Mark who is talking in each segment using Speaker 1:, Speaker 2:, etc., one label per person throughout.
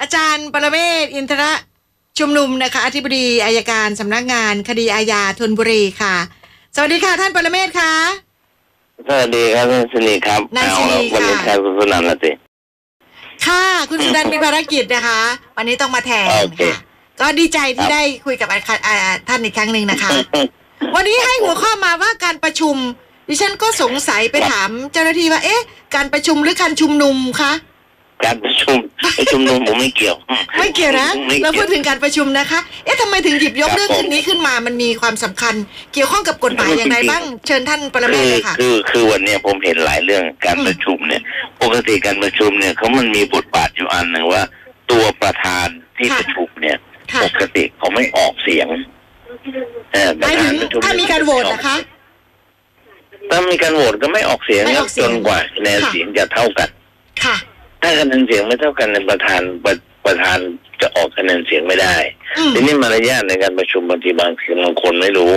Speaker 1: อาจารย์ปรเมศวร์อินทระชุมนุมนะคะอธิบดีอายการสำนักงานคดีอาญาธนบุรีค่ะ สวัสดีค่ะท่านปรเมศวร์ค่ะ
Speaker 2: สวัสดีครับท่านชนีครับ
Speaker 1: นายชนี
Speaker 2: เอาละวันนี้
Speaker 1: ค่ะ
Speaker 2: ใครคุณสุนันท์ละสิ
Speaker 1: ค่ะ คุณสุนันท์มีภารกิจนะคะ วันนี้ต้องมาแทน
Speaker 2: โอเค
Speaker 1: ค่ะ ก็ดีใจที่
Speaker 2: ครับ
Speaker 1: ได้คุยกับอาจารย์อ่าท่านอีกครั้งหนึ่ง นะคะ วันนี้ให้หัวข้อมาว่าการประชุม ดิฉันก็สงสัยไปถามเจ้าหน้าที่ว่าเอ๊ะ การประชุมหรือการชุมนุมคะ
Speaker 2: การประชุม ประชุมนุมผมไม่เกี่ยว
Speaker 1: ไม่เกี่ยวนะ
Speaker 2: ไม่
Speaker 1: เราพู
Speaker 2: เกี่
Speaker 1: ด
Speaker 2: ยว
Speaker 1: ถึงการประชุมนะคะ เอ๊ะทำไมถึงหยิบยก
Speaker 2: ครับ
Speaker 1: เรื่อง
Speaker 2: ผม
Speaker 1: นี้ขึ้นมามันมีความสำคัญ เกี่ยวข้องกับกฎหมายอย่างไรบ้างเชิญท่านปรเม
Speaker 2: คื
Speaker 1: ศ
Speaker 2: อ
Speaker 1: เลยค่ะ
Speaker 2: คือคือวันเนี้ยผมเห็นหลายเรื่องการประชุมเนี่ย ปกติการประชุมเนี่ยเขามันมีบทบาทอยู่อันหนึ่งว่า ตัวประธานที่
Speaker 1: ค่ะ
Speaker 2: ประชุมเนี่ย
Speaker 1: ค่ะ
Speaker 2: ปกติเขาไม่ออกเสียงเออ
Speaker 1: หมายถึงถ้ามีการโหวตนะคะ
Speaker 2: ถ้ามีการโหวตก็ไม่ออกเสียง
Speaker 1: ไม่อ
Speaker 2: ครั
Speaker 1: อบ กเสีย
Speaker 2: จ
Speaker 1: ง
Speaker 2: นกว่าคะแนน
Speaker 1: ค่ะ
Speaker 2: เสียงจะเท่ากัน
Speaker 1: ค่ะ
Speaker 2: ถ้าคะแนนเสียงไม่เท่ากันในยประธานประประธานจะออกคะแนนเสียงไม่ได้
Speaker 1: อืม
Speaker 2: ทีนี้มารยาทในการประชุมบางทีบางทีบางคนไม่รู้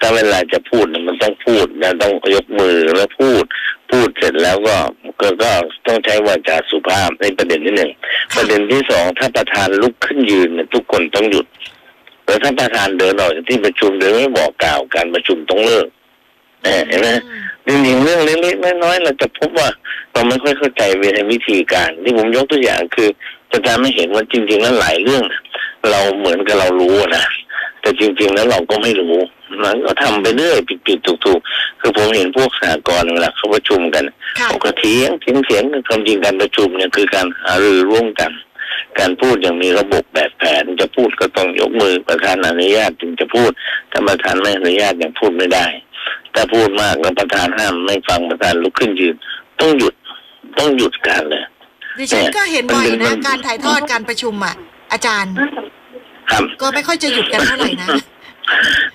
Speaker 2: ถ้าเวลาจะพูดเนี่ยมันต้องพูดนะต้องยกมือแล้วพูด พูดเสร็จแล้วก็ก็ก็ต้องใช้วาจาสุภาพในประเด็นที่หนึ่งป
Speaker 1: ค่ะ
Speaker 2: ระเด็นที่สองถ้าประธานลุกขึ้นยืนเนี่ยทุกคนต้องหยุดแล้วถ้าประธานเดินออกจากที่ประชุมโดยไม่บอกกล่าวการประชุมต้องเลิกเนี่ยเห็นไหม
Speaker 1: อืม
Speaker 2: จริงๆเรื่องเล็กๆน้อยๆเราจะพบว่าเราไม่ค่อยเข้าใจเวลาวิธีการ ที่ผมยกตัวอย่างคือประจารย์ไม่เห็นว่าจริง ๆ แล้วหลายเรื่อง เราเหมือนกับเรารู้อะนะแต่จริง ๆ แล้วเราก็ไม่รู้มันก็ทำไปเรื่อยผิดๆถูกๆ คือผมเห็นพวกสหกรณ์เวลาเขาประชุมกัน
Speaker 1: ค่ะ
Speaker 2: เขาก็เถียงเถียงเถียงกันความจริงการประชุมเนี่ยคือการหารือร่วมกัน การพูดอย่างมีระบบแบบแผนจะพูดก็ต้องยกมือประธานอนุญาตถึงจะพูดถ้าประธานไม่อนุญาตยังพูดไม่ได้ ถ้าพูดมากแล้วประธานห้ามไม่ฟังประธานลุกขึ้นยืน ต้องหยุดต้องหยุดการเลย
Speaker 1: ดิฉันก็เห็นบ่อย
Speaker 2: มันเป็
Speaker 1: นะ
Speaker 2: น
Speaker 1: การถ่ายทอดการประชุมอ่ะ อาจารย์
Speaker 2: ครับ
Speaker 1: ก็ไม่ค่อยจะหยุดกันเท่าไหร่นะ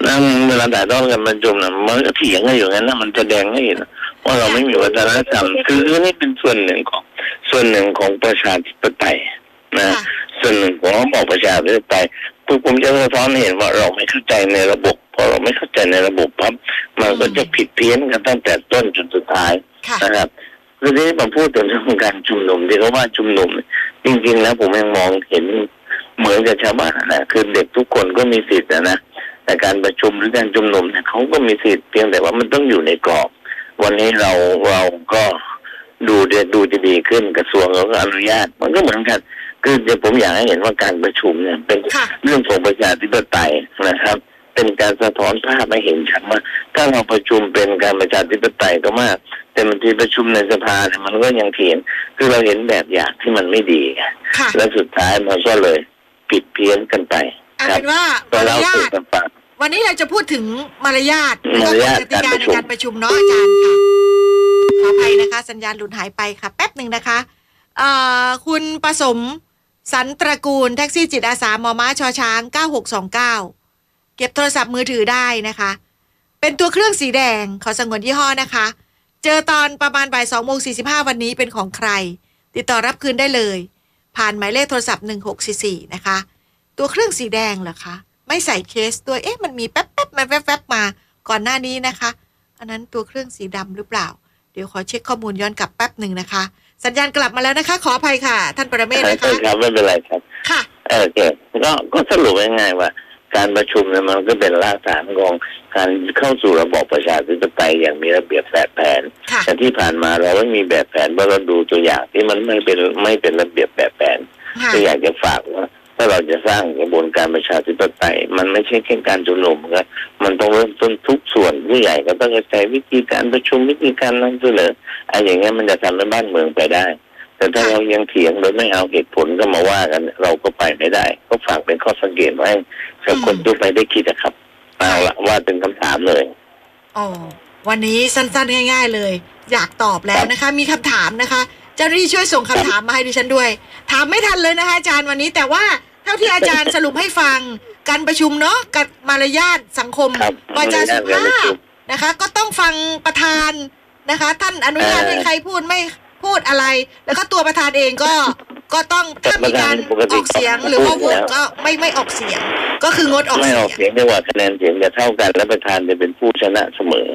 Speaker 2: นั่งเวลาถ่ายทอดกันประชุมนะมันก็เถียงกันอยู่งั้นนะมันแสดงให้เห็นว่าเราไม่มีวัฒนธรรมคือคือนี่เป็นส่วนหนึ่งของ ส่วนหนึ่งของประชาธิปไตยนะ
Speaker 1: ค่ะ
Speaker 2: ส่วนหนึ่งของระบอบประชาธิปไตยคือผมจะสะท้อนให้เห็นว่าเราไม่เข้าใจในระบบพอเราไม่เข้าใจในระบบปั๊บมันก็จะผิดเพี้ยนกันตั้งแต่ต้นจนสุดท้าย
Speaker 1: ค่ะ
Speaker 2: นะครับคือที่ผมพูดถึงเรื่องของการชุมนุมที่เขาว่าชุมนุมเนี่ยจริง ๆ แล้วผมยังมองเห็นเหมือนกับชาวบ้านนะคือเด็กทุกคนก็มีสิทธิ์นะนะแต่การประชุมหรือการชุมนุมเนี่ยเขาก็มีสิทธิ์เพียงแต่ว่ามันต้องอยู่ในกรอบ วันนี้เราเราก็ดูเดดูจะดีขึ้นกระทรวงเขาก็อนุญาต มันก็เหมือนกัน คือเดี๋ยวผมอยากให้เห็นว่าการประชุมเนี่ยเป็น
Speaker 1: ค่ะ
Speaker 2: เรื่องของประชาธิปไตยนะครับ เป็นการสะท้อนภาพให้เห็นชัดว่าถ้าเราประชุมเป็นการประชาธิปไตยก็มาก แต่บางทีประชุมในสภาเนี่ยมันก็ยังเถียงคือเราเห็นแบบอย่างที่มันไม่ดีไง
Speaker 1: ค่ะ
Speaker 2: และสุดท้ายมันก็เลยผิดเพี้ยนกันไป
Speaker 1: เอา
Speaker 2: ครั
Speaker 1: เป็นว่า
Speaker 2: ก็
Speaker 1: มาร
Speaker 2: เล่าย
Speaker 1: า
Speaker 2: สู่
Speaker 1: ท
Speaker 2: กันฟัง
Speaker 1: วันนี้เราจะพูดถึงมารยาท
Speaker 2: มารยาท
Speaker 1: แล้วกฎกติกาใน
Speaker 2: การประชุม
Speaker 1: การประชุมเนาะอาจารย์ค่ะขออภัยนะคะ สัญญาณหลุดหายไปค่ะ แป๊บหนึ่งนะคะเอ่อคุณประสมสันตระกูลแท็กซี่จิตอาสามอม้าชอช้าง 9629 เก็บโทรศัพท์มือถือได้นะคะ เป็นตัวเครื่องสีแดงขอสงวนยี่ห้อนะคะ เจอตอนประมาณบ่ายสองโมงสี่สิบห้าวันนี้เป็นของใคร ติดต่อรับคืนได้เลย ผ่านหมายเลขโทรศัพท์หนึ่งหกสี่สี่นะคะ ตัวเครื่องสีแดงเหรอคะ ไม่ใส่เคสด้วยเอ๊ะมันมีแป๊บแป๊บๆมาแวบๆมาก่อนหน้านี้นะคะ อันนั้นตัวเครื่องสีดำหรือเปล่า เดี๋ยวขอเช็คข้อมูลย้อนกลับแป๊บหนึ่งนะคะ สัญญาณกลับมาแล้วนะคะ ขออภัยค่ะ ท่านประเมศนะ
Speaker 2: ใช่
Speaker 1: คะ
Speaker 2: ครับไม่เป็นไรครับ
Speaker 1: ค่ะ
Speaker 2: เออเกก็ก็สรุปง่ายๆว่า การประชุมเนี่ยมันก็เป็นรากฐานของการเข้าสู่ระบอบประชาธิปไตยอย่างมีระเบียบแบบแผน
Speaker 1: ค่ะ
Speaker 2: แต่ที่ผ่านมาเราไม่มีแบบแผนเพราะเราดูตัวอย่างที่มันไม่เป็นไม่เป็นระเบียบแบบแผน
Speaker 1: ค่ะ
Speaker 2: ก็อยากจะฝากว่าถ้าเราจะสร้างกระบวนการประชาธิปไตย มันไม่ใช่แค่การชุมนุมครับมันต้องเริ่มต้นทุกส่วนผู้ใหญ่ก็ต้องเข้าใจวิธีการประชุมวิธีการนำเสนออะไรอย่างเงี้ยมันจะทำให้บ้านเมืองไปได้ แต่ถ้า
Speaker 1: ค่ะ
Speaker 2: เรายังเถียงโดยไม่เอาเหตุผลก็มาว่ากัน เราก็ไปไม่ได้ ก็ฝากเป็นข้อสังเกตไว้ให้กับคนทั่วไปได้คิดนะครับเอาละว่าเป็นคำถามเลย
Speaker 1: อ๋อวันนี้สั้นๆง่ายๆเลย อยากตอบแล้วนะคะ มีคำถามนะคะ เจ้าหน้าที่ช่วยส่งคำถามมาให้ดิฉันด้วย ถามไม่ทันเลยนะคะอาจารย์วันนี้แต่ว่าเท่าที่อาจารย์ สรุปให้ฟัง การประชุมเนาะกับมารยาทสังคม
Speaker 2: ครับ
Speaker 1: วาจาสุ
Speaker 2: มารยาทการ
Speaker 1: ภา
Speaker 2: ประ
Speaker 1: พ
Speaker 2: ชุม
Speaker 1: นะคะ ก็ต้องฟังประธานนะคะ ท่านอนุญาต
Speaker 2: เอ่อ
Speaker 1: ให้ใครพูดไม่พูดอะไร แล้วก็ตัวประธานเองก็ ก็ต้องถ้ามีการออกเสียงหรือว่าโหวตก็ไม่ไม่ออกเสียง ก็คืองดออก
Speaker 2: ไม่
Speaker 1: เสี
Speaker 2: อย อง กเสียงได้ว่าคะแนนเสียงจะเท่ากันและประธานจะเป็นผู้ชนะเสมอ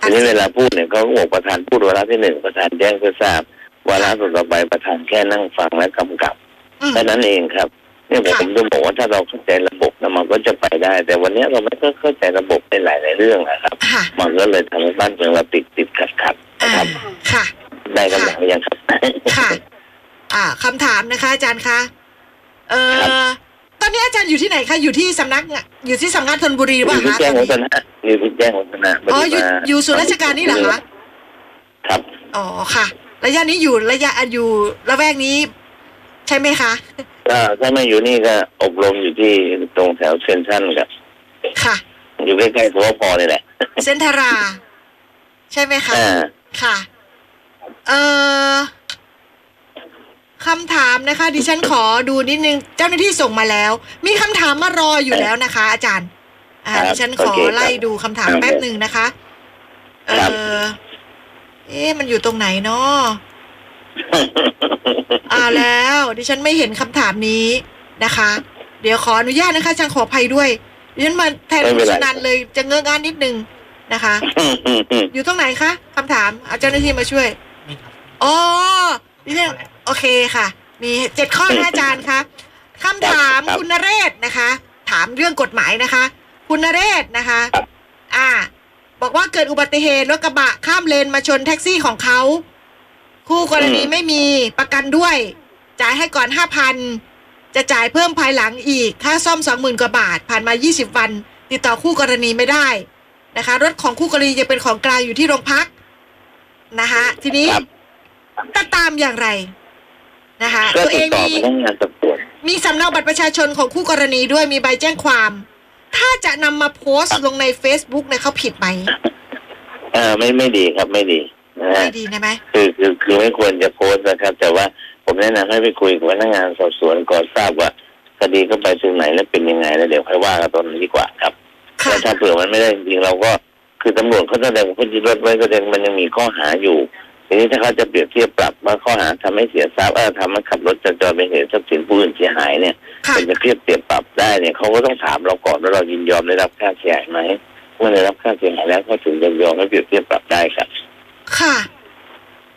Speaker 2: ทีนี้เวลาพูดเนี่ยก็บอกประธานพูดวาระที่หนึ่งประธานแจ้งเพื่อทราบวาระต่อไปประธานแค่นั่งฟังและกำกับ
Speaker 1: อืม
Speaker 2: แค่นั้นเองครับเนี่ยผม
Speaker 1: ค่ะ
Speaker 2: ผมจะบอกว่าถ้าเราเข้าใจระบบนะมันก็จะไปได้ แต่วันเนี้ยเราไม่ก็เข้าใจระบบในหลาย ๆ เรื่องนะครับ
Speaker 1: ค่ะ
Speaker 2: มันก็เลยทำให้บ้านเมืองเราติดติดขัดขัดๆนะ
Speaker 1: อ่า
Speaker 2: ครับ
Speaker 1: ค่ะ
Speaker 2: ได้คำถามหรือยังครับ
Speaker 1: ค่ะ อ่าคำถามนะคะ อาจารย์คะ เอ
Speaker 2: ครั
Speaker 1: อตอนนี้อาจารย์อยู่ที่ไหนคะ อยู่ที่สำนักงะอยู่ที่สำนักธนบุรีห
Speaker 2: อ
Speaker 1: รือเปล่า
Speaker 2: ยู่ที่
Speaker 1: คะ
Speaker 2: แจ้ง
Speaker 1: ต
Speaker 2: วั
Speaker 1: อน
Speaker 2: ฒ
Speaker 1: นี้
Speaker 2: นะอยู่ที่แจ้งวัฒนะ
Speaker 1: อ๋ออยู่อยู่ส่วนราชการนี่เหรอคะ
Speaker 2: ครับ
Speaker 1: อ๋อ ค่ะ ระยะนี้อยู่ระยะอยู่ระแวกนี้ ใช่ไหมคะ
Speaker 2: ก็ถ้าไม่อยู่นี่ก็อบรมอยู่ที่ตรงแถวเซนทรัลครับ
Speaker 1: ค่ะ
Speaker 2: อยู่ใกล้ๆสวพนี่แหละ
Speaker 1: เซนทรา ใช่ไหมคะ
Speaker 2: อ่า
Speaker 1: ค่ะ เอ่อคำถามนะคะ ดิฉันขอดูนิดนึง เจ้าหน้าที่ส่งมาแล้ว มีคำถามมารออยู่แล้วนะคะ อาจารย์ อ่า ดิฉันขอไล่ดูคำถามแป๊บหนึ่งนะคะ เออเอ๊ะมันอยู่ตรงไหนเนาะอ่าแล้ว ดิฉันไม่เห็นคำถามนี้นะคะ เดี๋ยวขออนุญาตนะคะอาจารย์ขออภัยด้วย ดิฉันมาแทนคุณชนันเลยจะเงื้องานนิดนึงนะคะ อยู่ตรงไหนคะคำถามเอาเจ้าหน้าที่มาช่วย
Speaker 3: นี่ครับ
Speaker 1: อ๋อนี่เรื่องโอเคค่ะ มีเจ็ดข้อนะอาจารย์คะคำถามคุณนเรศนะคะ ถามเรื่องกฎหมายนะคะ คุณนเรศนะคะ อ่า บอกว่าเกิดอุบัติเหตุรถกระบะข้ามเลนมาชนแท็กซี่ของเขา คู่กรณีไม่มีประกันด้วย จ่ายให้ก่อนห้าพันจะจ่ายเพิ่มภายหลังอีก ค่าซ่อมสองหมื่นกว่าบาท ผ่านมายี่สิบวัน ติดต่อคู่กรณีไม่ได้นะคะ รถของคู่กรณียังเป็นของกลางอยู่ที่โรงพักนะคะทีนี้
Speaker 2: ครับ
Speaker 1: จะตามอย่างไรนะคะ
Speaker 2: ก็
Speaker 1: ตัว
Speaker 2: ติ
Speaker 1: เอง
Speaker 2: ดต่
Speaker 1: มี
Speaker 2: อพนักงานสอบสวน
Speaker 1: มีสำเนาบัตรประชาชนของคู่กรณีด้วยมีใบแจ้งความ ถ้าจะนำมาโพสต์ลงใน Facebook เนี่ยเขาผิดไหม
Speaker 2: เออไม่ไม่ดีครับไม่ดีนะฮะ
Speaker 1: ไม่ดีนะไหม
Speaker 2: คือคือคือไม่ควรจะโพสต์นะครับ แต่ว่าผมแนะนำให้ไปคุยกับพนักงานสอบสวนก่อนทราบว่าคดีเข้าไปถึงไหนและเป็นยังไงแล้วเดี๋ยวค่อยว่ากันตอนนี้นดีกว่าครับ
Speaker 1: ค่ะ
Speaker 2: แล้วถ้าเผื่อมันไม่ได้จริงๆเราก็คือตำรวจเขาแสดงว่าคนยึดรถไว้แสดงมันยังมีข้อหาอยู่ทีนี้ถ้าเขาจะเปรียบเทียบปรับว่าข้อหาทำให้เสียทรัพย์เอ่อทำให้ขับรถจนจรเป็นเหตุทรัพย์สินผู้อื่นเสียหายเนี่ย
Speaker 1: ค่ะ
Speaker 2: มันจะเทียบเปรียบปรับได้เนี่ยเขาก็ต้องถามเราก่อนว่าเรายินยอมได้รับค่าเสียหายไหมเมื่อได้รับค่าเสียหายแล้วก็ถึงยินยอมให้เปรียบเทียบปรับได้ครับ
Speaker 1: ค่ะ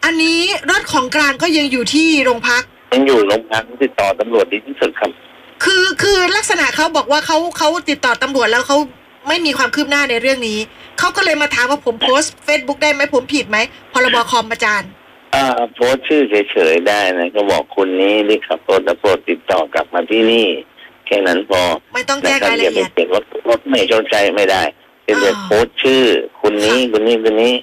Speaker 1: อันนี้รถของกลางก็ยังอยู่ที่โรงพัก
Speaker 2: ยังอยู่โรงพักติดต่อตำรวจดีที่สุดครับ
Speaker 1: คือคือลักษณะเขาบอกว่าเขาเขาติดต่อตำรวจแล้วเขาไม่มีความคืบหน้าในเรื่องนี้ เขาก็เลยมาถามว่าผมโพสต์ Facebook ได้ไหมผมผิดไหมพรบคอมอาจารย์
Speaker 2: อ่าโพสต์ชื่อเฉยๆได้นะก็บอกคนนี้ที่ขับรถแล้วโปรดติดต่อกลับมาที่นี่ แค่นั้นพอ
Speaker 1: ไม่ต้อง
Speaker 2: นะ
Speaker 1: แจ้ง
Speaker 2: ครับ
Speaker 1: ราย
Speaker 2: อย่า
Speaker 1: ละ
Speaker 2: ไป
Speaker 1: เอียด
Speaker 2: เขียนว่ารถไม่ชนใจไม่ได้เป็นแต่
Speaker 1: อ๋อ
Speaker 2: โพสต์ชื่อคนนี้คนนี้คนนี้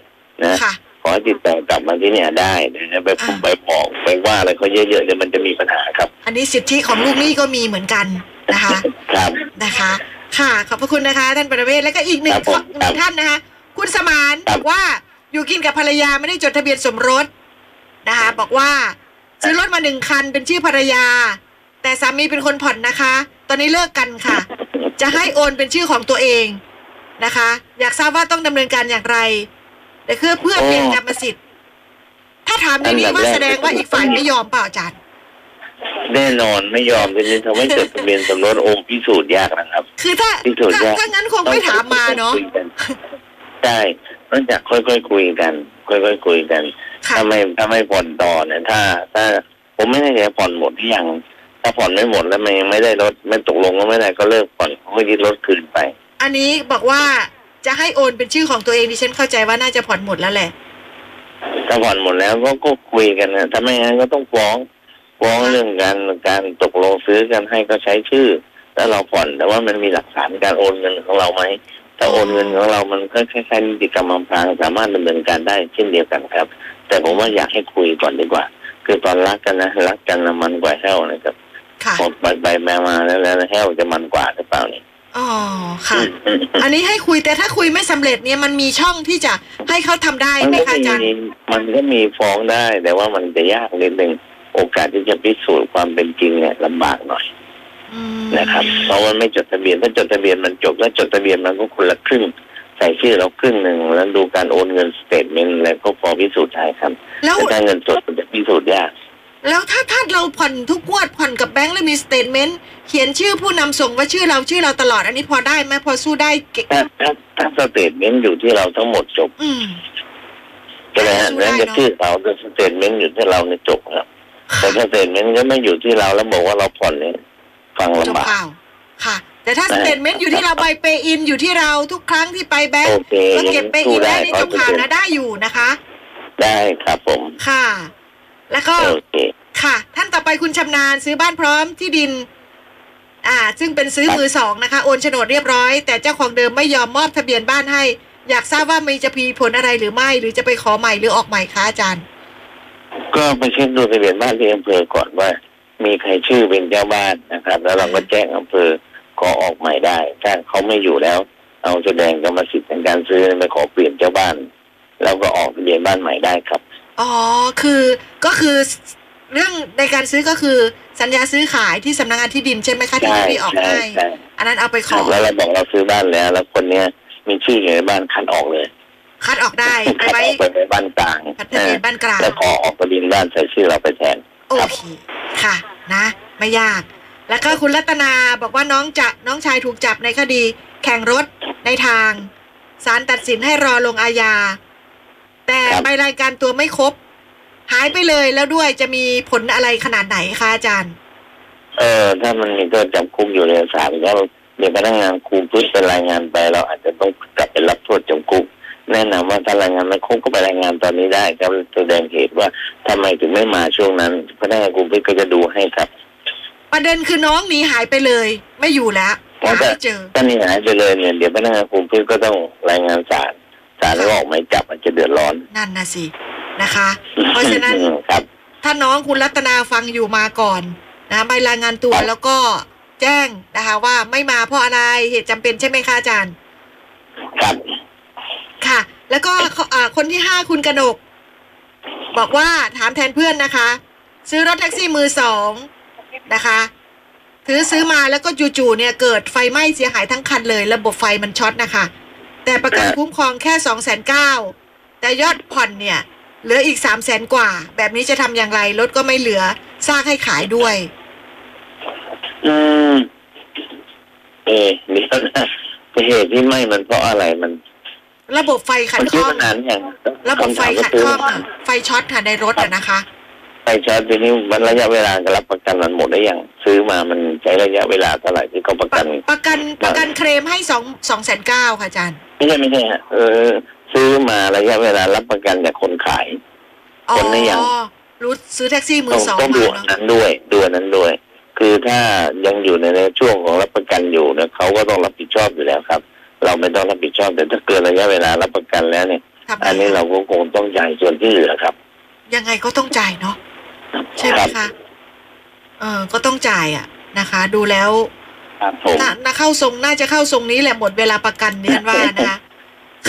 Speaker 2: นะ
Speaker 1: ค่ะ
Speaker 2: ขอให้ติดต่อกลับมาที่เนี่ยได้นะไป
Speaker 1: อ่า
Speaker 2: ไปบอกไปว่าอะไรเขาเยอะๆเดี๋ยวมันจะมีปัญหาครับ
Speaker 1: อันนี้สิทธิของลูกหนี้ก็มีเหมือนกันนะคะ
Speaker 2: ครับ
Speaker 1: นะคะ ค่ะ ขอบพระคุณนะคะ ท่านประเวศและก็อีกหนึ่ง
Speaker 2: ครับผม
Speaker 1: หนึ่งท่านนะคะ คุณสมาน
Speaker 2: ครับบ
Speaker 1: อกว่าอยู่กินกับภรรยาไม่ได้จดทะเบียนสมรสนะคะ บอกว่า ซื้อรถมาหนึ่งคันเป็นชื่อภรรยา แต่สามีเป็นคนผ่อนนะคะ ตอนนี้เลิกกันค่ะ จะให้โอนเป็นชื่อของตัวเองนะคะ อยากทราบว่าต้องดำเนินการอย่างไรแต่คือเพื่อเปลี่ยนกรรมสิทธิ์ ถ้าถามในนี้ว่าแสดงว่าอีกฝ่ายไม่ยอมเปล่าอาจารย์
Speaker 2: แน่นอนไม่ยอมทีนี้ทำให้จดทะเบียนสมรสโอ้พิสูจน์ยากนะครับ
Speaker 1: คือถ้า
Speaker 2: พิสูจ
Speaker 1: ถ้าย
Speaker 2: น์าก
Speaker 1: ถ้างั้นคงไม่ถามมาเนาะ
Speaker 2: ใช่ต้องจากค่อยๆคุยกัน ค่อยๆคุยกัน
Speaker 1: ค่ะ
Speaker 2: ถ้าไม่ถ้าไม่ผ่อนต่อเนี่ยถ้า ถ้าผมไม่แน่ใจผ่อนหมดหรือยังถ้าผ่อนไม่หมดแล้วไม่ไม่ได้รถไม่ตกลงก็ไม่ได้ก็เลิกผ่อนเขาก็ยึดรถคืนไป
Speaker 1: อันนี้บอกว่าจะให้โอนเป็นชื่อของตัวเองดิฉันเข้าใจว่าน่าจะผ่อนหมดแล้วแหละ
Speaker 2: ถ้าผ่อนหมดแล้วก็ก็คุยกันนะถ้าไม่งั้นก็ต้องฟ้องฟ้องเรื่องการการตกลงซื้อกันให้ก็ใช้ชื่อ แล้วเราผ่อนแต่ว่ามันมีหลักฐานการโอนเงินของเราไหมถ้าโอนเงินของเรามันก็คล้ายๆนิติกรรมอำพรางสามารถดำเนินการได้เช่นเดียวกันครับ แต่ผมว่าอยากให้คุยก่อนดีกว่า คือตอนรักกันนะรักกันนะมันกว่าแห้วนะครับ
Speaker 1: ค่ะ
Speaker 2: หมดใบใบแมวมาแล้วแล้วแห้วจะมันกว่าหรือเปล่าเนี่ย
Speaker 1: อ๋อ ค่ะ อันนี้ให้คุยแต่ถ้าคุยไม่สำเร็จเนี่ยมันมีช่องที่จะให้เขาทำได้ไหม
Speaker 2: มัน
Speaker 1: คะ
Speaker 2: ก็
Speaker 1: อาจารย์
Speaker 2: มีมันก็มีฟ้องได้ แต่ว่ามันจะยากนิดหนึ่งโอกาสที่จะพิสูจน์ความเป็นจริงเนี่ยลำบากหน่อย
Speaker 1: อืม
Speaker 2: นะครับ เพราะมันไม่จดทะเบียนถ้าจดทะเบียนมันจบแล้วจดทะเบียนมันก็คนละครึ่ง ใส่ชื่อเราครึ่งหนึ่งแล้วดูการโอนเงินสเตทเมนต์แล้วก็พอพิสูจน์ได้ครับ
Speaker 1: แล้ว
Speaker 2: แต่ถ้าเงินสดมันจะพิสูจน์ยาก
Speaker 1: แล้วถ้าถ้าเราผ่อนทุกงวดผ่อนกับแบงค์แล้วมีสเตทเมนต์เขียนชื่อผู้นำส่งว่าชื่อเราชื่อเราตลอด อันนี้พอได้ไหมพอสู้ได้เก่ง
Speaker 2: ถ้าถ้าถ้าสเตทเมนต์อยู่ที่เราทั้งหมดจบ
Speaker 1: อืม
Speaker 2: ใช่ไหมฮะแล้วจะชื่อเราจะสเตทเมนต์อยู่ที่เราในยจบครับ แต่ถ้าเสร็จมันก็ไม่อยู่ที่เราแล้วบอกว่าเราผ่อนเนี่ยฟัง
Speaker 1: จบ
Speaker 2: ลำบาก
Speaker 1: ข่าวค่ะ แต่ถ้าส
Speaker 2: ได้
Speaker 1: เตทเมนต์อยู่ที่เราใบเปย์อินอยู่ที่เราทุกครั้งที่ไปแบง
Speaker 2: โอ
Speaker 1: ก์
Speaker 2: เค
Speaker 1: เราเก็บเปย์อินได้
Speaker 2: ยัง
Speaker 1: ใน
Speaker 2: สู้ได้
Speaker 1: จบข่าวนะได้อยู่นะคะ
Speaker 2: ได้ครับผม
Speaker 1: ค่ะ แล้วก็
Speaker 2: โอเค
Speaker 1: ค่ะ ท่านต่อไปคุณชำนาญซื้อบ้านพร้อมที่ดิน อ่า ซึ่งเป็นซื้อมือสองนะคะ โอนโฉนดเรียบร้อย แต่เจ้าของเดิมไม่ยอมมอบทะเบียนบ้านให้ อยากทราบว่ามีจะมีผลอะไรหรือไม่ หรือจะไปขอใหม่หรือออกใหม่คะอาจารย์
Speaker 2: ก็ไปเช็คดูทะเบียนบ้านที่อำเภอก่อนว่า มีใครชื่อเป็นเจ้าบ้านนะครับ แล้วเราก็แจ้งอำเภอขอออกใหม่ได้ถ้าเขาไม่อยู่แล้ว เอาแสดงกรรมสิทธิ์ในการซื้อไปขอเปลี่ยนเจ้าบ้าน แล้วก็ออกทะเบียนบ้านใหม่ได้ครับ
Speaker 1: อ๋อ คือก็คือเรื่องในการซื้อก็คือสัญญาซื้อขายที่สำนักงานที่ดินใช่ไหมคะที่
Speaker 2: ใช่
Speaker 1: พี่ออก
Speaker 2: ใช่
Speaker 1: ให้
Speaker 2: ใช่
Speaker 1: อันนั้นเอาไปข
Speaker 2: ครั
Speaker 1: อบ
Speaker 2: แล้วเราบอกเราซื้อบ้านแล้ว แล้วคนเนี้ยมีชื่ออยู่ในบ้านคันออกเลย
Speaker 1: คัดออกได้ไป
Speaker 2: คัน
Speaker 1: ไว้
Speaker 2: ออกไปในบ้านกลาง
Speaker 1: พัฒนาบ้านกลาง
Speaker 2: แล้วขอออกทะเบียนบ้านใส่ชื่อเราไปแทน
Speaker 1: โอเค ค่ะ นะ ไม่ยาก แล้วก็คุณรัตนาบอกว่าน้องจะน้องชายถูกจับในคดี แข่งรถในทางศาลตัดสินให้รอลงอาญา แต่
Speaker 2: ครับ
Speaker 1: ไปรายการตัวไม่ครบ หายไปเลยแล้วด้วยจะมีผลอะไรขนาดไหนคะอาจารย์
Speaker 2: เออถ้ามันมีโทษจำคุกอยู่ในศาลแล้วเดี๋ยวพนักงานคุมพื้นไปรายงานไป เราอาจจะต้องกลับไปรับโทษจำคุกแนะนำว่าถ้ารายงานไม่ครบก็ไปรายงานตอนนี้ได้ครับแสดงเหตุว่าทำไมถึงไม่มาช่วงนั้นพนักงานคุมพื้นก็จะดูให้ครับ
Speaker 1: ประเด็นคือน้องหนีหายไปเลย ไม่อยู่แล้ว
Speaker 2: อ๋อ
Speaker 1: หา
Speaker 2: แต่
Speaker 1: ไม่เจอ
Speaker 2: ถ้านี่หายไปเลยเนี่ยเดี๋ยวพนักงานคุมพื้นก็ต้องรายงานศาลศาลก็ออกหมายจับอาจจะเดือดร้อน
Speaker 1: นั่นนะสินะคะ เพราะฉะนั้น
Speaker 2: อืมครับ
Speaker 1: ถ้าน้องคุณรัตนาฟังอยู่มาก่อนนะไปรายงานตัว
Speaker 2: ครับ
Speaker 1: แล้วก็แจ้งนะคะ ว่าไม่มาเพราะอะไรเหตุจำเป็นใช่ไหมคะอาจารย์
Speaker 2: ครับ
Speaker 1: ค่ะ แล้วก็ขออ่าคนที่ห้าคุณกนก บอกว่าถามแทนเพื่อนนะคะ ซื้อรถแท็กซี่มือสองนะคะ ถือซื้อมาแล้วก็จู่ๆเนี่ยเกิดไฟไหม้เสียหายทั้งคันเลย ระบบไฟมันช็อตนะคะ แต่ประกัน
Speaker 2: ครับ
Speaker 1: คุ้มครองแค่สองแสนเก้าแต่ยอดผ่อนเนี่ย เหลืออีกสามแสนกว่า แบบนี้จะทำอย่างไร รถก็ไม่เหลือสร้างให้ขายด้วย
Speaker 2: อืม เอะเดี๋ยวนะเหตุที่ไหม้มันเพราะอะไรมัน
Speaker 1: ระบบไฟขัด
Speaker 2: มัน
Speaker 1: ข้
Speaker 2: ชื่อ
Speaker 1: อง
Speaker 2: มานานอย่าง
Speaker 1: ระบบไฟ
Speaker 2: คำ
Speaker 1: ขั
Speaker 2: ถามก็
Speaker 1: ด
Speaker 2: คือ
Speaker 1: ข้องอะไฟช็อตค่ะในรถอะนะคะ
Speaker 2: ไฟช็อตทีนี้มันระยะเวลาการรับประกันมันหมดได้ยังซื้อมามันใช้ระยะเวลาเท่าไหร่ที่เขาประ
Speaker 1: ป
Speaker 2: กั
Speaker 1: ระ
Speaker 2: น
Speaker 1: ประกันประกันเคลมให้สองสองแสนเก้าค่ะอาจารย์
Speaker 2: ไม่ใช่ไม่ใช่ฮะเออ ซื้อมาระยะเวลารับประกันจากคนขาย
Speaker 1: อ๋อ
Speaker 2: คนได้ยัง
Speaker 1: รู้ซื้อแท็กซี่มื
Speaker 2: ต้อ
Speaker 1: อง สอง
Speaker 2: ต้อง
Speaker 1: มา
Speaker 2: ดูอัน
Speaker 1: เนาะ
Speaker 2: นั้นด้วยดูอันนั้นด้วย คือถ้ายังอยู่ในช่วงของรับประกันอยู่เนี่ยเขาก็ต้องรับผิดชอบอยู่แล้วครับ เราไม่ต้องรับผิดชอบแต่ถ้าเกินระยะเวลารับประกันแล้วเนี่ย
Speaker 1: ทำไง
Speaker 2: อันนี้เราก็คงต้องจ่ายส่วนที่เหลือครับ
Speaker 1: ยังไงก็ต้องจ่ายเนาะใช่ไหม
Speaker 2: ครับ
Speaker 1: คะเออก็ต้องจ่ายอ่ะนะคะ ดูแล้ว
Speaker 2: ครับผม
Speaker 1: น่าน่าเข้าทรงน่าจะเข้าทรงนี้แหละหมดเวลาประกันเนียนว่านะคะ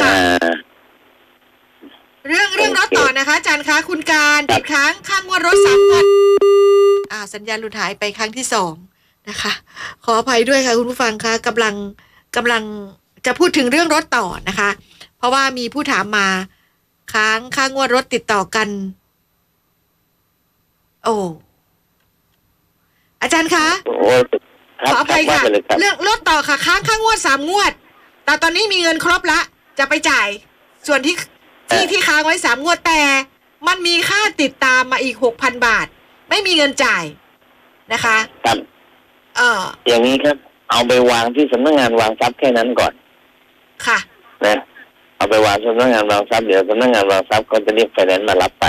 Speaker 1: ค่ะ
Speaker 2: อ่า
Speaker 1: เรื่องเรื่องรถต่อนะคะอาจารย์คะคุณการ
Speaker 2: ครับ
Speaker 1: ติดค้างข้างงวดรถสามงวดอ่า สัญญาณหลุดหายไปครั้งที่สองนะคะ ขออภัยด้วยค่ะคุณผู้ฟังคะกำลังกำลังจะพูดถึงเรื่องรถต่อนะคะ เพราะว่ามีผู้ถามมาค้างค่างวดรถติดต่อกัน โอ้อาจารย์คะ
Speaker 2: โอ้ค
Speaker 1: ข
Speaker 2: รับ
Speaker 1: ออภัย
Speaker 2: ว่า
Speaker 1: ค่ะ
Speaker 2: ไปเลยครับ
Speaker 1: เรื่องรถต่อค่ะค้างค่างวดสามงวด แต่ตอนนี้มีเงินครบละ จะไปจ่าย ส่วนที่ที่ที่ค้างไว้สามงวดแต่ มันมีค่าติดตามมาอีกหกพันบาท ไม่มีเงินจ่ายนะคะ
Speaker 2: ครับ
Speaker 1: เออ
Speaker 2: อย่างนี้ครับ เอาไปวางที่สำนักงานวางทรัพย์แค่นั้นก่อน
Speaker 1: ค่ะ
Speaker 2: นะเอาไปวางสำนักงานวางทรัพย์เดี๋ยวสำนักงานวางทรัพย์ก็จะเรียกไฟแนนซ์มารับไป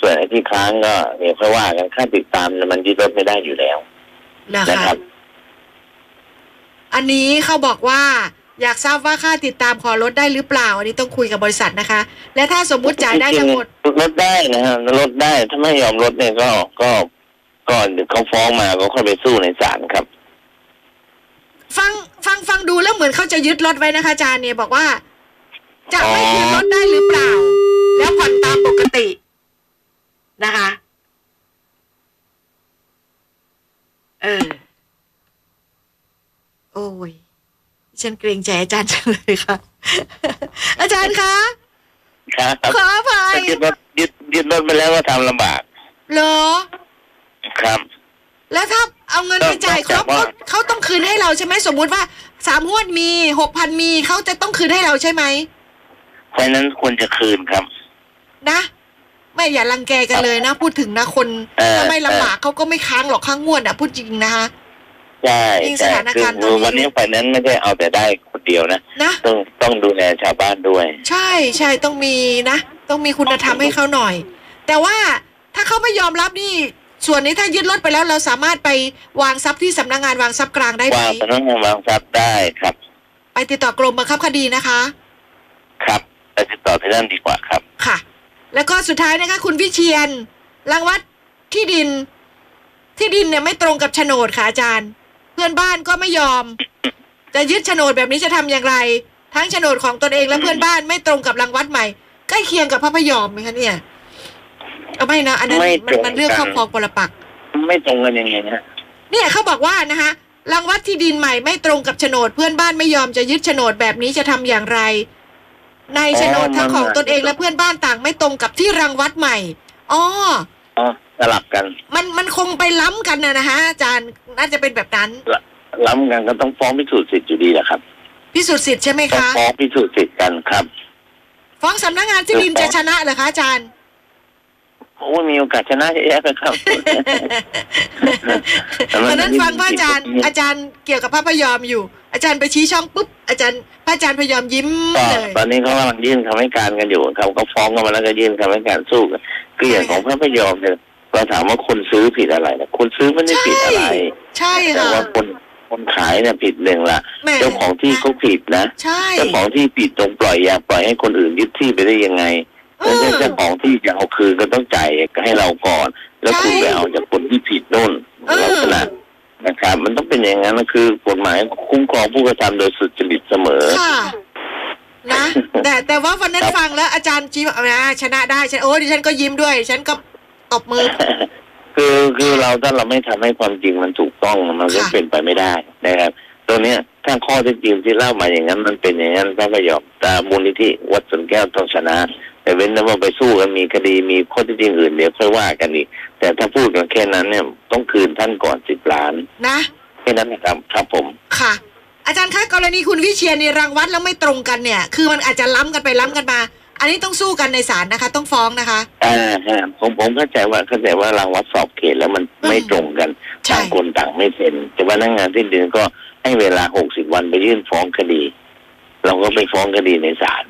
Speaker 2: ส่วนไอ้ที่ค้างก็เดี๋ยวค่อยว่ากันค่าติดตามเนี่ยมันยึดรถไม่ได้อยู่แล้ว
Speaker 1: นะ
Speaker 2: นะคะ ครับ
Speaker 1: อันนี้เขาบอกว่าอยากทราบว่าค่าติดตามขอลดได้หรือเปล่า อันนี้ต้องคุยกับบริษัทนะคะ และถ้าสมมุติจ่ายได้ทั้งหมด
Speaker 2: ลดได้นะฮะลดได้ถ้าไม่ยอมลดเนี่ยก็ก็ก็เดี๋ยวเขาฟ้องมาก็ค่อยไปสู้ในศาลครับ
Speaker 1: ฟังฟังฟังดูแล้วเหมือนเขาจะยึดรถไว้นะคะอาจารย์เนี่ยบอกว่า จะไม่คืนรถได้หรือเปล่า แล้วผ่อนตามปกตินะคะ เออ โอ้ยฉันเกรงใจอาจารย์จังเลยค่ะ อาจารย์คะ
Speaker 2: ครับ
Speaker 1: ขออภัย
Speaker 2: ถ้ายึดรถยึดยึดรถไปแล้วก็ทำลำบาก
Speaker 1: เหรอ
Speaker 2: ครับ
Speaker 1: แล้วถ้าเอาเงินไปจ่ายครบเขาเขาต้องคืนให้เราใช่ไหมสมมุติว่าสามงวดมีหกพันมีเขาจะต้องคืนให้เราใช่ไหม
Speaker 2: เพราะฉะนั้นควรจะคืนครับ
Speaker 1: นะ ไม่อย่ารังแกกันเลยนะ พูดถึงนะคน
Speaker 2: เออ
Speaker 1: ถ้าไม่ลำบาก
Speaker 2: เอ
Speaker 1: เขาก็ไม่ค้างหรอกข้างงวดอ่ะพูดจริงนะคะ
Speaker 2: อใช่
Speaker 1: ยิ่งส
Speaker 2: ใช่
Speaker 1: ถาน
Speaker 2: คือ
Speaker 1: การณ์ตอนนี้
Speaker 2: คือวันนี้ฝ่ายนั้นไม่ใช่เอาแต่ได้คนเดียวนะ
Speaker 1: นะ
Speaker 2: ต้องต้องดูแลชาวบ้านด้วย
Speaker 1: ใช่ใช่ต้องมีนะ ต้องมีคุณธรรมให้เขาหน่อย แต่ว่าถ้าเขาไม่ยอมรับนี่ ส่วนนี้ถ้ายึดรถไปแล้วเราสามารถไปวางทรัพย์ที่สำนักงานวางทรัพย์กลางได้ไหม
Speaker 2: ว่างพนักงานวางทรัพย์ได้ครับ
Speaker 1: ไปติดต่อกรมบังคับคดีนะคะ
Speaker 2: ครับไปติดต่อที่นั่นดีกว่าครับ
Speaker 1: ค่ะ แล้วก็สุดท้ายนะคะ คุณวิเชียนรังวัดที่ดิน ที่ดินเนี่ยไม่ตรงกับโฉนดค่ะอาจารย์ เพื่อนบ้านก็ไม่ยอม จะยึดโฉนดแบบนี้จะทำอย่างไร ทั้งโฉนดของตนเองและเพื่อนบ้านไม่ตรงกับรังวัดใหม่ใกล้เคียงกับพระพยอมไหมคะเนี่ยเอาไม่นะอันนั้น
Speaker 2: ไม่
Speaker 1: มั
Speaker 2: ตร
Speaker 1: น
Speaker 2: งกัน
Speaker 1: มันเรื่องครอบครองปรปักษ์
Speaker 2: ไม่ตรงกันยังไงนะ
Speaker 1: เนี่ยเขาบอกว่านะคะรังวัดที่ดินใหม่ไม่ตรงกับโฉนด เพื่อนบ้านไม่ยอมจะยึดโฉนดแบบนี้จะทำอย่างไร ในโฉนดทั้งของตนเองและเพื่อนบ้านต่างไม่ตรงกับที่รังวัดใหม่อ๋อ
Speaker 2: อ๋อสลับกัน
Speaker 1: มันมันคงไปล้ำกันนะนะฮะอาจารย์น่าจะเป็นแบบนั้น
Speaker 2: ล้ำกันก็ต้องฟ้องพิสูจน์สิทธิ์อยู่ดีแหละครับ
Speaker 1: พิสูจน์สิทธิ์ใช่ไหม
Speaker 2: ต้อง
Speaker 1: คะ
Speaker 2: ฟ้องพิสูจน์สิทธิ์กันครับ
Speaker 1: ฟ้องสำนักงานที่ดินจะชนะเหรอคะอาจารย์
Speaker 2: โอ้ยมีโอกาสชนะเยอะแยะเลยครับ
Speaker 1: ต อนนั้นฟังว่าอาจารย์ อาจารย์เกี่ยวกับพระพยอมอยู่ อาจารย์ไปชี้ช่องปุ๊บอาจารย์พระอาจารย์พยอมยิ้ม
Speaker 2: ก็
Speaker 1: เลย
Speaker 2: ตอนนี้เขากำลังยื่นคำให้การกันอยู่เขาก็ฟ้องกันมาแล้วก็ยื่นคำให้การสู้กันคืออย่างของพระพยอมเนี่ยเราถามว่าคนซื้อผิดอะไรนะคนซื้อไม่ได้ผิดอะไร
Speaker 1: ใช่
Speaker 2: แต่
Speaker 1: ค่ะ
Speaker 2: ว่าคนคนขายเนี่ยผิดหนึ่งละ
Speaker 1: แหม
Speaker 2: เจ้าของที่เขาผิดนะ
Speaker 1: ใช่
Speaker 2: เจ้าของที่ผิดตรงปล่อยอย่าปล่อยให้คนอื่นยึดที่ไปได้ยังไง
Speaker 1: เอ
Speaker 2: แล้ว
Speaker 1: อ
Speaker 2: เจ้าของที่จะเอาคืนก็ต้องจ่ายให้เราก่อน แล้วคุณ
Speaker 1: ใช่
Speaker 2: ไปเอาจากคนที่ผิดโน่น
Speaker 1: เออ
Speaker 2: ลักษณะนะครับ มันต้องเป็นอย่างนั้นนะคือกฎหมายคุ้มครองผู้กระทำโดยสุจริตเสมอ
Speaker 1: ค่ะ นะ แต่แต่ว่าวันนั้น
Speaker 2: ครับ
Speaker 1: ฟังแล้วอาจารย์ชี้ว่าอ่าชนะได้ฉันโอ้ดิฉันก็ยิ้มด้วยดิฉันก็ตบมือ
Speaker 2: คือคือเราถ้าเราไม่ทำให้ความจริงมันถูกต้องมันก็
Speaker 1: ค่ะ
Speaker 2: เป็นไปไม่ได้นะครับตัวเนี้ยถ้าข้อเท็จจริงที่เล่ามาอย่างนั้นมันเป็นอย่างนั้นพระประยอมตามมูลนิธิวัดสวนแก้วต้องชนะ แต่เว้นแต่ว่าไปสู้กันมีคดีมีข้อเท็จจริงอื่นเดี๋ยวค่อยว่ากันอีกแต่ถ้าพูดกันแค่นั้นเนี่ยต้องคืนท่านก่อนสิบล้าน
Speaker 1: นะ
Speaker 2: แค่นั้นนะครับครับผม
Speaker 1: ค่ะ อาจารย์คะกรณีคุณวิเชียรในรังวัดแล้วไม่ตรงกันเนี่ย คือมันอาจจะล้ำกันไปล้ำกันมา อันนี้ต้องสู้กันในศาลนะคะ ต้องฟ้องนะคะ
Speaker 2: อ่าฮะผมผมเข้าใจว่าเข้าใจว่ารางวัดสอบเขตแล้วมัน
Speaker 1: อืม
Speaker 2: ไม่ตรงกัน
Speaker 1: ใช่
Speaker 2: ต่างคนต่างไม่เซ็นแต่ว่านักงานที่ดินก็ให้เวลาหกสิบวันไปยื่นฟ้องคดี เราก็ไปฟ้องคดีในศาล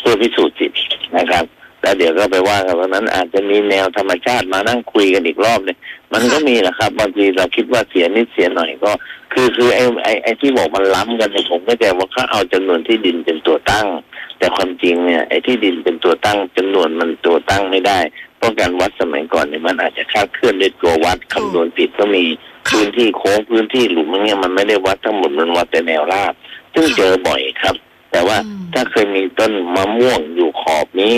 Speaker 2: เพื่อพิสูจน์สิทธิ์นะครับ แล้วเดี๋ยวก็ไปว่ากันวันนั้นอาจจะมีแนวธรรมชาติมานั่งคุยกันอีกรอบเนี่ยมันก็
Speaker 1: ค่ะ
Speaker 2: มีแหละครับบางทีเราคิดว่าเสียนิดเสียหน่อยก็ คือคือไอ้ไอ้ไอ้ที่บอกมันล้ำกันเนี่ยผมก็ใจว่าเขาเอาจำนวนที่ดินเป็นตัวตั้ง แต่ความจริงเนี่ยไอ้ที่ดินเป็นตัวตั้งจำนวนมันตัวตั้งไม่ได้เพราะการวัดสมัยก่อนเนี่ยมันอาจจะคลาดเคลื่อนด้วยตัววัดคำนวณผิดก็มี
Speaker 1: ค่ะ
Speaker 2: พื้นที่โค้งพื้นที่หลุมอย่างเงี้ยมันไม่ได้วัดทั้งหมดมันวัดแต่แนวราบ ซึ่งเจอบ่อยครับ แต่ว่า
Speaker 1: อืม
Speaker 2: ถ้าเคยมีต้นมะม่วงอยู่ขอบนี้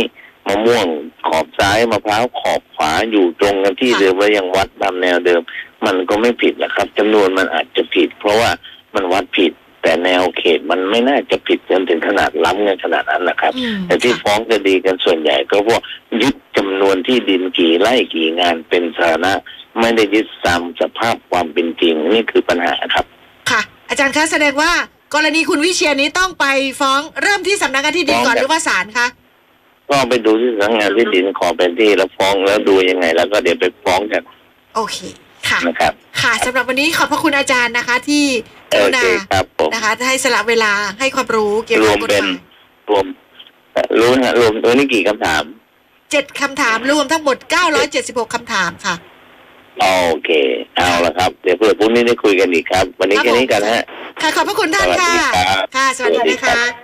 Speaker 2: มะม่วงขอบซ้ายมะพร้าวขอบขวาอยู่ตรงกันที่เดิมแล้วยังวัดตามแนวเดิม มันก็ไม่ผิดนะครับจำนวนมันอาจจะผิด เพราะว่ามันวัดผิด แต่แนวเขตมันไม่น่าจะผิดจนถึงขนาดล้ำกันขนาดนั้นนะครับ
Speaker 1: อืม
Speaker 2: แต่ที่
Speaker 1: ค่ะ
Speaker 2: ฟ้องคดีกันส่วนใหญ่ก็พวกยึดจำนวนที่ดินกี่ไร่กี่งานเป็นสาธารณะไม่ได้ยึดตามสภาพความเป็นจริง นี่คือปัญหาครับ
Speaker 1: ค่ะ อาจารย์คะแสดงว่ากรณีคุณวิเชียรนี้ต้องไปฟ้องเริ่มที่สำนักงานที่ดิน
Speaker 2: ฟ้อง
Speaker 1: ก่อน
Speaker 2: แบบ
Speaker 1: หรือว่าศาลคะ
Speaker 2: ก็ไปดูที่สำนักงานที่ดินขอเป็นที่แล้วฟ้องแล้วดูยังไง แล้วก็เดี๋ยวไปฟ้องกัน
Speaker 1: โอเค ค่ะ
Speaker 2: นะครับ
Speaker 1: ค่ะสำหรับวันนี้ขอบพระคุณอาจารย์นะคะที่ก
Speaker 2: โอ
Speaker 1: รุณา
Speaker 2: เคครับผม
Speaker 1: นะคะให้สละเวลาให้ความรู้เกี่ยว
Speaker 2: ร
Speaker 1: กับ
Speaker 2: วม
Speaker 1: กฎ
Speaker 2: เป็
Speaker 1: หมาย
Speaker 2: นรวมเอ่อรู้นะรวมตัวนี้กี่คำถาม
Speaker 1: เจ็ดคำถามรวมทั้งหมด 976คำถามค่ะ
Speaker 2: โอเค เอาละครับ เดี๋ยวเพื่อพรุ่งนี้ได้คุยกันอีกครับ วันนี้แค่นี้กันฮะ
Speaker 1: ค่ะขอบพระคุณท่านค่ะ
Speaker 2: สวัสดีครับ
Speaker 1: ค่ะ สวัสดี
Speaker 2: สวัสดี
Speaker 1: นะ
Speaker 2: ครั
Speaker 1: คะ
Speaker 2: บ